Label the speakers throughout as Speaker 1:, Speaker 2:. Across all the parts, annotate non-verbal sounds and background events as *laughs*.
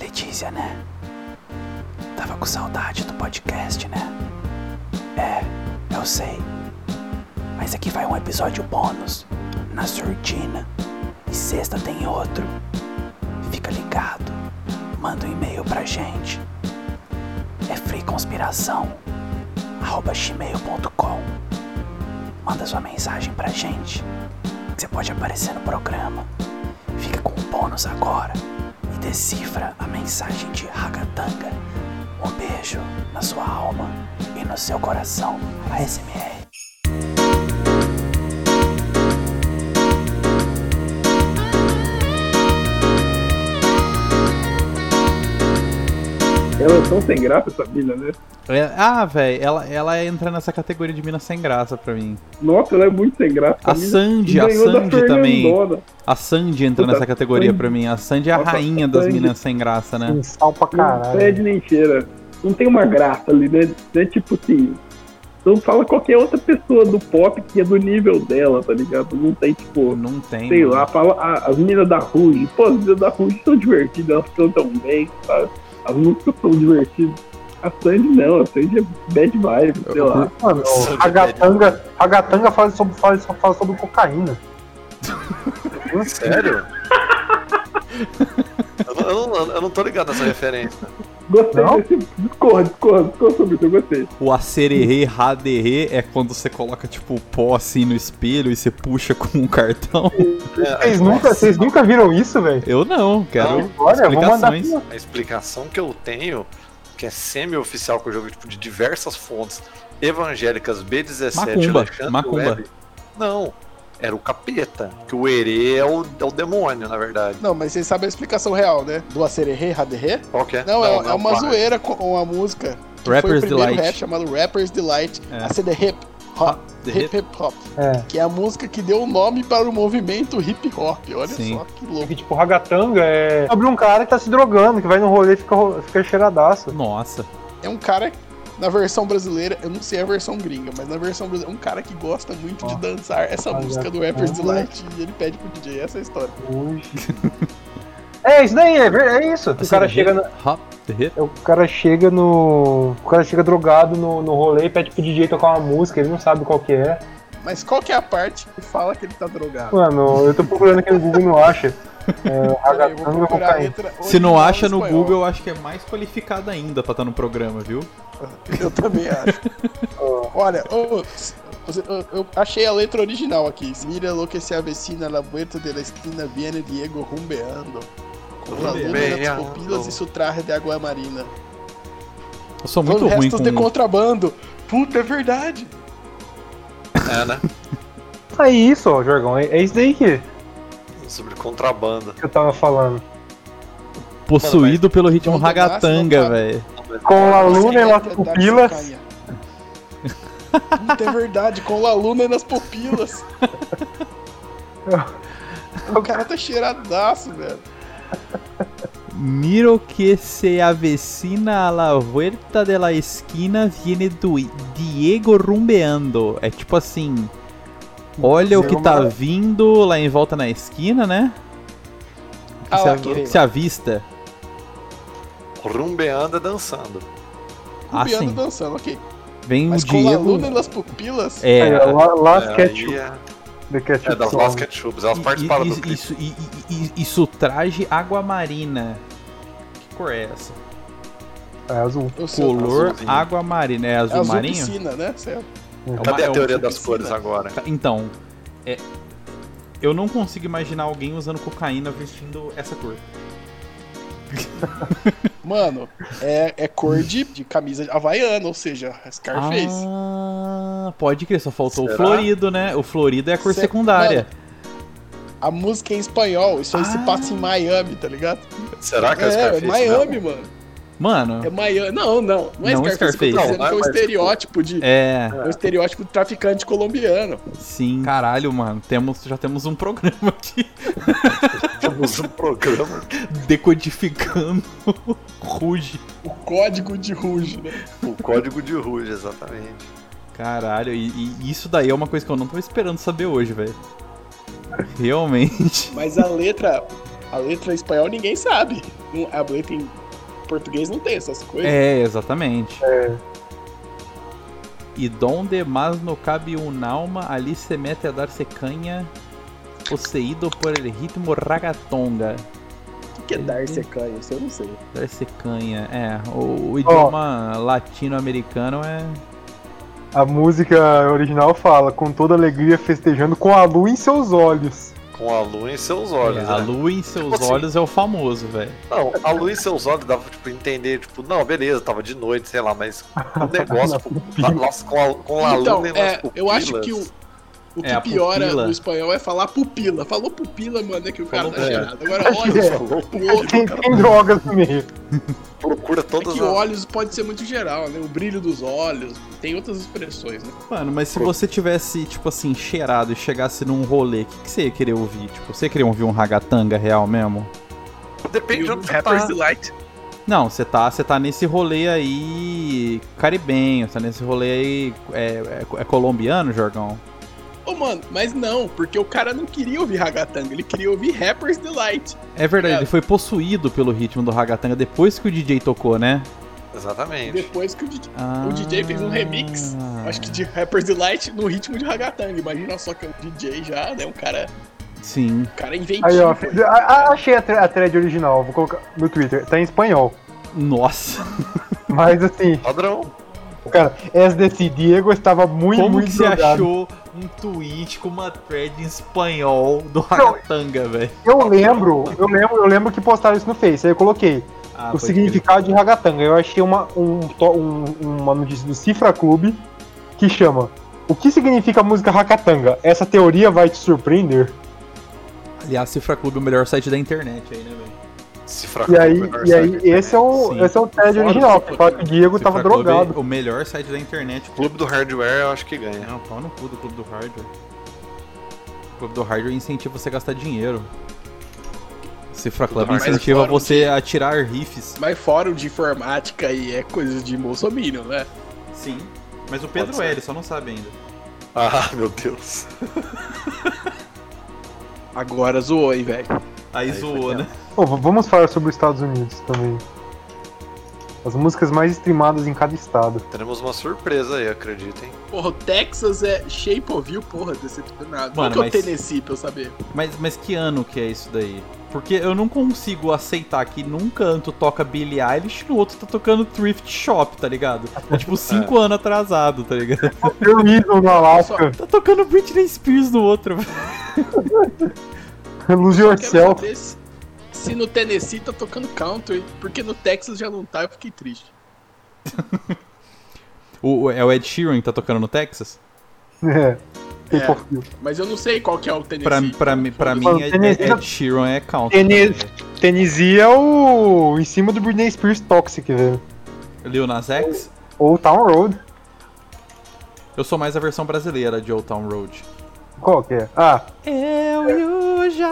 Speaker 1: notícia, né? Tava com saudade do podcast, né? É, eu sei. Mas aqui vai um episódio bônus na surdina. E sexta tem outro. Fica ligado. Manda um e-mail pra gente. É freeconspiração@gmail.com. Manda sua mensagem pra gente. Você pode aparecer no programa. Fica com o bônus agora e decifra a mensagem de Ragatanga. Um beijo na sua alma e no seu coração. ASMR.
Speaker 2: Ela é tão sem graça essa mina, né?
Speaker 3: É, ah, velho, ela, ela entra nessa categoria de mina sem graça pra mim.
Speaker 2: Nossa, ela é muito sem graça.
Speaker 3: A
Speaker 2: mina
Speaker 3: Sandy, a
Speaker 2: ganhou da
Speaker 3: Sandy também.
Speaker 2: Fernandona.
Speaker 3: A Sandy entra
Speaker 2: Puta,
Speaker 3: nessa categoria
Speaker 2: Sandy.
Speaker 3: pra mim. A Sandy é a
Speaker 2: Nossa,
Speaker 3: rainha das
Speaker 2: Sandy.
Speaker 3: minas sem graça, né?
Speaker 4: Um sal pra
Speaker 2: Não
Speaker 4: caralho.
Speaker 2: pede nem cheira. Não tem uma graça ali, né? É tipo assim. Não fala qualquer outra pessoa do pop que é do nível dela, tá ligado? Não tem, tipo,
Speaker 3: Não tem.
Speaker 2: sei
Speaker 3: mano.
Speaker 2: lá, fala a- as meninas da Ruge. Pô, as meninas da Ruge são divertidas, elas cantam bem, sabe? As músicas são divertidas. A Sandy não, a Sandy é bad vibe, sei lá.
Speaker 4: Mano,
Speaker 5: Sobre
Speaker 4: Ragatanga, Ragatanga fala sobre, fala, só fala sobre cocaína.
Speaker 5: Sério? *laughs* eu, não, eu, não, eu não tô ligado nessa referência.
Speaker 2: Gostei
Speaker 4: Não?
Speaker 2: desse. Discorra, discorra, discorra sobre isso, eu gostei.
Speaker 3: O acererê, raderê é quando você coloca, tipo, pó assim no espelho e você puxa com
Speaker 6: *laughs*
Speaker 3: um cartão.
Speaker 5: É, a
Speaker 4: Vocês nunca,
Speaker 5: explicação-
Speaker 4: vocês nunca viram isso, velho?
Speaker 3: Eu não, quero
Speaker 4: Olha, eu vou mandar.
Speaker 3: explicações.
Speaker 5: A explicação que eu tenho, que é semi-oficial, que eu jogo tipo, de diversas fontes evangélicas, B17,
Speaker 3: Macumba,
Speaker 5: Alexandre
Speaker 3: macumba.
Speaker 5: Web. Não, era o capeta, que o herê é o, é o demônio, na verdade.
Speaker 6: Não, mas vocês sabem a explicação real, né? Do Acererê, Raderê?
Speaker 5: Qual que é?
Speaker 6: Não, é, é uma
Speaker 5: para.
Speaker 6: zoeira com a música. que foi o
Speaker 3: Rapper's
Speaker 6: primeiro rap é
Speaker 3: Delight.
Speaker 6: chamado Rapper's Delight,
Speaker 3: É.
Speaker 6: a CD Hip Hop,
Speaker 3: The
Speaker 6: Hip Hip Hop,
Speaker 4: É.
Speaker 6: que é a música que deu o nome para o movimento hip hop. Olha
Speaker 3: Sim.
Speaker 6: só É que louco.
Speaker 4: Porque, tipo, ragatanga é sobre um cara que tá se drogando, que vai no rolê e fica, ro- fica cheiradaço.
Speaker 3: Nossa.
Speaker 6: É um cara, na versão brasileira, eu não sei a versão gringa, mas na versão brasileira, um cara que gosta muito
Speaker 4: Ó.
Speaker 6: de dançar essa
Speaker 4: Olha
Speaker 6: música do
Speaker 4: só.
Speaker 3: é.
Speaker 6: Rapper's Delight e ele pede pro DJ. Essa é a história.
Speaker 4: É, isso daí, é, ver- é isso. O cara,
Speaker 3: Acererê,
Speaker 4: chega no,
Speaker 3: Hop, the hip.
Speaker 4: o cara chega no. O cara chega drogado no, no rolê e pede pro DJ tocar uma música, ele não sabe qual que é.
Speaker 6: Mas qual que é a parte que fala que ele tá drogado?
Speaker 4: Mano, eu tô procurando aqui no Google e não acha. É,
Speaker 6: Peraí, eu vou
Speaker 4: ragatanga
Speaker 6: procurar a
Speaker 4: cocaína.
Speaker 6: letra
Speaker 3: Se não
Speaker 6: original em
Speaker 3: acha no
Speaker 6: espanhol.
Speaker 3: Google, eu acho que é mais qualificado ainda pra estar no programa, viu?
Speaker 6: *laughs* Eu também
Speaker 3: *laughs*
Speaker 6: acho. Olha, ô, você- eu, eu achei a letra original aqui. Mira lo que se avecina la vuelta de la esquina viene Diego rumbeando. Com la luna nas
Speaker 5: Rumbeando.
Speaker 6: pupilas e su traje de água marina.
Speaker 3: Eu sou
Speaker 6: Então Os
Speaker 3: muito ruim
Speaker 6: restos de
Speaker 3: com...
Speaker 6: contrabando. Puta, é verdade.
Speaker 5: É, né?
Speaker 4: É isso, ó, Jorgão. É, é isso daí que
Speaker 5: Sobre contrabando.
Speaker 4: que eu tava falando.
Speaker 3: Possuído pelo ritmo
Speaker 6: Quando nasce,
Speaker 3: ragatanga,
Speaker 6: não para.
Speaker 3: velho.
Speaker 4: Com
Speaker 6: Você tá
Speaker 4: a Luna e
Speaker 6: quer
Speaker 4: Las
Speaker 6: tentar
Speaker 4: Pupilas.
Speaker 6: sacanha. Puta, é verdade. Com la luna e nas pupilas. o cara tá cheiradaço, velho.
Speaker 3: Miro que se avecina a la vuelta de la esquina viene do Diego rumbeando. É tipo assim, olha o que
Speaker 4: Diego
Speaker 3: tá
Speaker 4: Maradona.
Speaker 3: vindo lá em volta na esquina, né? Que
Speaker 6: Ah
Speaker 3: se,
Speaker 6: lá,
Speaker 3: av-
Speaker 6: querida.
Speaker 3: que se avista.
Speaker 5: Rumbeando é dançando.
Speaker 3: Ah,
Speaker 6: Rumbeando
Speaker 3: sim.
Speaker 6: dançando, ok.
Speaker 3: Vem o
Speaker 6: Mas com la
Speaker 3: Diego...
Speaker 6: luna e nas pupilas.
Speaker 3: É,
Speaker 4: É, La- Las
Speaker 5: É,
Speaker 4: Ketchup.
Speaker 5: aí é,
Speaker 4: The Ketchup
Speaker 5: é das
Speaker 4: Song.
Speaker 5: Las Ketchup, elas
Speaker 3: E-
Speaker 5: participaram
Speaker 3: e-
Speaker 5: do clipe.
Speaker 3: isso, e, e- e- isso traje água marina. Que cor é essa?
Speaker 4: É azul.
Speaker 6: Eu sei,
Speaker 3: Color
Speaker 5: azulzinho.
Speaker 3: água marina. É azul,
Speaker 6: É azul
Speaker 3: marinho?
Speaker 6: piscina, né? Certo.
Speaker 3: É uma-
Speaker 5: Cadê
Speaker 3: é
Speaker 5: a
Speaker 3: um-
Speaker 5: teoria
Speaker 6: tipo
Speaker 5: das
Speaker 6: de
Speaker 5: cores
Speaker 6: cima.
Speaker 5: *laughs* agora?
Speaker 3: Tá, Então, é, eu não consigo imaginar alguém usando cocaína vestindo essa cor.
Speaker 6: Mano, é, é cor de, de camisa havaiana, ou seja, Scarface.
Speaker 3: Ah, pode crer, só faltou o
Speaker 5: Será?
Speaker 3: florido, né? O florido é a cor
Speaker 6: Cê-
Speaker 3: secundária.
Speaker 6: A música é em espanhol, isso aí se
Speaker 3: Ah.
Speaker 6: passa em Miami, tá ligado?
Speaker 5: Será que é,
Speaker 6: É, é
Speaker 5: Scarface?
Speaker 6: Miami, mano.
Speaker 3: Mano,
Speaker 6: É Miami. Não, não, não é Scarface. o que eu
Speaker 3: Não
Speaker 6: tô
Speaker 3: Scarface.
Speaker 6: dizendo
Speaker 5: Não,
Speaker 6: que é o
Speaker 5: mas-
Speaker 6: estereótipo de.
Speaker 3: é,
Speaker 6: É o estereótipo do traficante colombiano.
Speaker 3: sim. Caralho, mano, temos, já temos um programa aqui *laughs*
Speaker 5: Não, *laughs* temos um programa.
Speaker 3: decodificando *laughs* o Ruge.
Speaker 6: O código de Ruge, né?
Speaker 5: é O código de Ruge, exatamente.
Speaker 3: Caralho, e, e isso daí é uma coisa que eu não tava esperando saber hoje, velho. Realmente.
Speaker 6: Mas a letra. A letra em espanhol ninguém sabe. Não- A letra em português não tem essas coisas.
Speaker 3: É, exatamente.
Speaker 4: É.
Speaker 3: E donde mas no cabe un alma, ali se mete a dar secanha, posseído por el ritmo ragatonga.
Speaker 6: O que é dar secanha? Isso eu não sei.
Speaker 3: Dar secanha, é. O, o idioma latino-americano é.
Speaker 4: A música original fala, com toda alegria festejando com a lua em seus
Speaker 5: *laughs*
Speaker 4: olhos.
Speaker 5: Com a lua em seus olhos,
Speaker 3: é, a
Speaker 5: né?
Speaker 3: lua em seus
Speaker 5: Tipo assim.
Speaker 3: olhos é o famoso, velho.
Speaker 5: Não, a lua em seus olhos dava tipo entender, tipo, não, beleza, tava de noite, sei lá, mas o negócio *laughs* com, nossa, com a, com a
Speaker 6: Então,
Speaker 5: lua e
Speaker 6: é,
Speaker 5: nas
Speaker 6: eu acho
Speaker 5: pupilas.
Speaker 6: que o,
Speaker 5: *laughs*
Speaker 6: o que
Speaker 3: É, a
Speaker 6: piora
Speaker 3: pupila.
Speaker 6: no espanhol é falar pupila. Falou pupila, mano, é que o cara tá
Speaker 5: Falou- é.
Speaker 6: cheirado. Agora olhos pro outro.
Speaker 4: Tem, tem drogas no meio.
Speaker 5: procura
Speaker 6: É
Speaker 5: todas
Speaker 6: que
Speaker 5: as.
Speaker 6: olhos pode ser muito geral, né? O brilho dos olhos, tem outras expressões, né?
Speaker 3: Mano, mas se você tivesse, tipo assim, cheirado e chegasse num rolê, o que, que você ia querer ouvir? Tipo, você queria ouvir um ragatanga real mesmo?
Speaker 5: Depende de
Speaker 6: E o
Speaker 5: onde você tá.
Speaker 6: Rapper's Delight.
Speaker 3: Não, você tá, você tá nesse rolê aí caribenho, você tá nesse rolê aí é, é- é colombiano, Jorgão?
Speaker 6: Ô, mano, mas não, porque o cara não queria ouvir ragatanga, ele queria ouvir Rapper's Delight.
Speaker 3: É verdade,
Speaker 6: É.
Speaker 3: ele foi possuído pelo ritmo do ragatanga depois que o DJ tocou, né?
Speaker 5: Exatamente.
Speaker 6: Depois que o DJ,
Speaker 3: Ah,
Speaker 6: O DJ fez um remix, acho que de Rapper's Delight no ritmo de ragatanga. Imagina só que é um DJ já, né? Um cara,
Speaker 3: Sim.
Speaker 6: um cara inventivo.
Speaker 4: Aí, ó,
Speaker 6: pô.
Speaker 4: fiz- a- a- achei a, tra- a thread original, vou colocar no Twitter. Tá em espanhol.
Speaker 3: Nossa.
Speaker 4: Mas assim,
Speaker 5: Padrão.
Speaker 4: cara, SDC Diego estava muito,
Speaker 3: Como
Speaker 4: muito
Speaker 3: que você
Speaker 4: drogado.
Speaker 3: achou um tweet com uma thread em espanhol do ragatanga, velho?
Speaker 4: Eu lembro, eu lembro, eu lembro que postaram isso no Face, aí eu coloquei
Speaker 3: Ah,
Speaker 4: o
Speaker 3: pode
Speaker 4: significado de ragatanga. Eu achei uma, um, to- um- uma notícia do Cifra Clube que chama O que significa a música ragatanga? Essa teoria vai te surpreender?
Speaker 3: crer. Aliás, Cifra Clube é o melhor site da internet aí, né, velho?
Speaker 5: Se fraco,
Speaker 4: E aí, e aí esse é o,
Speaker 3: Sim.
Speaker 4: esse é o thread
Speaker 3: Fora
Speaker 4: original,
Speaker 6: do
Speaker 4: que fala que o Diego
Speaker 3: Cifra
Speaker 4: tava
Speaker 3: Club é
Speaker 4: drogado.
Speaker 3: O melhor site da internet.
Speaker 5: Clube do hardware eu acho que ganha.
Speaker 3: Não, pau no cu do Clube do Hardware. O Clube do Hardware incentiva você a gastar dinheiro. Cifra
Speaker 5: Clube
Speaker 3: Club
Speaker 5: do Hardware.
Speaker 3: incentiva
Speaker 6: Mas fora
Speaker 3: você a tirar riffs.
Speaker 6: Mas fórum de informática e é coisa de bolsominion, né?
Speaker 3: Sim. Mas o
Speaker 5: Pedro
Speaker 3: Pedro
Speaker 5: é,
Speaker 3: é,
Speaker 5: ele
Speaker 3: só não sabe ainda.
Speaker 5: Ah, meu Deus.
Speaker 6: Agora zoou, hein, velho.
Speaker 3: Aí,
Speaker 5: foi
Speaker 3: zoou, né?
Speaker 4: Pô, v- vamos falar sobre os Estados Unidos também. As músicas mais streamadas em cada estado.
Speaker 5: Teremos uma surpresa aí, acreditem.
Speaker 6: Porra, o Texas é Shape of You, porra, decepcionado.
Speaker 3: Mano,
Speaker 6: Mano, que é o
Speaker 3: mas-
Speaker 6: Tennessee pra eu saber?
Speaker 3: Mas, mas que ano que é isso daí? Porque eu não consigo aceitar que num canto toca Billie Eilish e no outro tá tocando Thrift Shop, tá ligado? É *laughs* tipo 5 anos atrasado, tá ligado? *laughs*
Speaker 4: Eu Weasel no Alasca,
Speaker 3: Tá tocando Britney Spears no outro. *laughs*
Speaker 4: Lose
Speaker 6: Eu quero
Speaker 4: Yourself.
Speaker 6: saber se, se no Tennessee tá tocando country, porque no Texas já não tá, eu fiquei triste.
Speaker 3: O, o- é o Ed Sheeran que tá tocando no Texas?
Speaker 4: É.
Speaker 6: É.
Speaker 4: Tempo frio.
Speaker 6: Mas eu não sei qual que é o Tennessee.
Speaker 3: Pra, pra, mim- pra mim, é- é- Ed Sheeran é country.
Speaker 4: Tênis- Tennessee é o. em cima do Britney Spears Toxic, velho.
Speaker 3: Lil Nas X?
Speaker 4: Ou Town Road.
Speaker 3: Eu sou mais a versão brasileira de Old Town Road.
Speaker 4: Qual que é? Ah,
Speaker 3: Eu já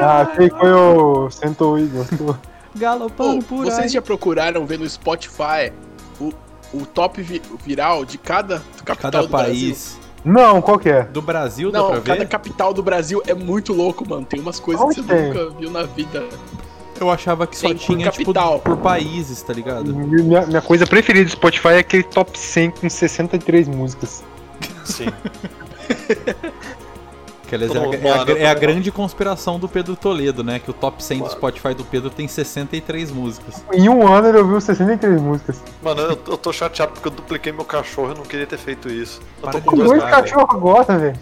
Speaker 4: ah achei que foi o Sentou Eagle.
Speaker 6: Pô,
Speaker 3: galopando por
Speaker 6: vocês já procuraram ver no Spotify o, o top vi- viral de cada capital
Speaker 3: Cada
Speaker 6: do Brasil?
Speaker 3: país
Speaker 4: Não, qual que é?
Speaker 3: do Brasil dá pra
Speaker 6: Não,
Speaker 3: ver?
Speaker 6: cada capital do Brasil é muito louco, mano. Tem umas coisas
Speaker 4: Onde
Speaker 6: que você
Speaker 4: tem?
Speaker 6: nunca viu na vida.
Speaker 3: Eu achava que só
Speaker 6: Tem por
Speaker 3: tinha, tipo,
Speaker 6: capital.
Speaker 3: por países, tá ligado?
Speaker 4: Minha, minha coisa preferida do Spotify é aquele top 100 com 63 músicas.
Speaker 5: Sim.
Speaker 3: Que, aliás,
Speaker 5: Todo
Speaker 3: é,
Speaker 5: mundo
Speaker 3: a, é a-
Speaker 5: mora,
Speaker 3: é a
Speaker 5: todo
Speaker 3: grande conspiração do Pedro Toledo, né? Que o top 100 do Spotify do Pedro tem 63 músicas.
Speaker 4: Em um ano ele ouviu 63 músicas.
Speaker 5: Mano, eu, eu tô chateado porque eu dupliquei meu cachorro e eu não queria ter feito isso. Eu
Speaker 3: Para
Speaker 5: tô
Speaker 3: de
Speaker 5: com
Speaker 4: Com
Speaker 3: Dois
Speaker 4: dois
Speaker 5: dois
Speaker 3: nada.
Speaker 4: cachorros agora, velho.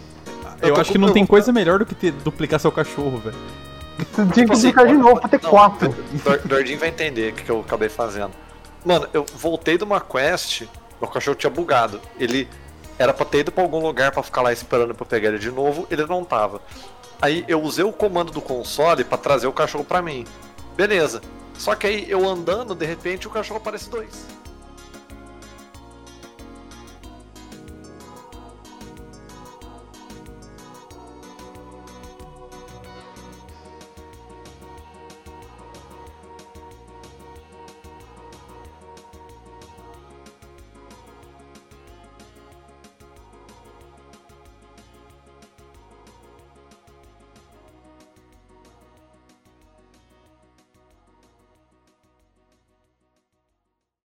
Speaker 5: Eu
Speaker 3: Eu,
Speaker 5: tô
Speaker 3: acho
Speaker 5: com
Speaker 3: que não tem
Speaker 5: pergunta.
Speaker 3: coisa melhor do que ter- duplicar seu cachorro, velho.
Speaker 4: Tu tinha que
Speaker 5: Assim,
Speaker 4: duplicar de
Speaker 5: olha,
Speaker 4: novo pra ter
Speaker 5: não,
Speaker 4: quatro.
Speaker 5: Dor- Dordinho vai entender o que que eu acabei fazendo. Mano, eu voltei de uma quest, meu cachorro tinha bugado. Ele era pra ter ido pra algum lugar pra ficar lá esperando pra eu pegar ele de novo, ele não tava. Aí eu usei o comando do console pra trazer o cachorro pra mim. Beleza. Só que aí eu andando, de repente o cachorro aparece dois.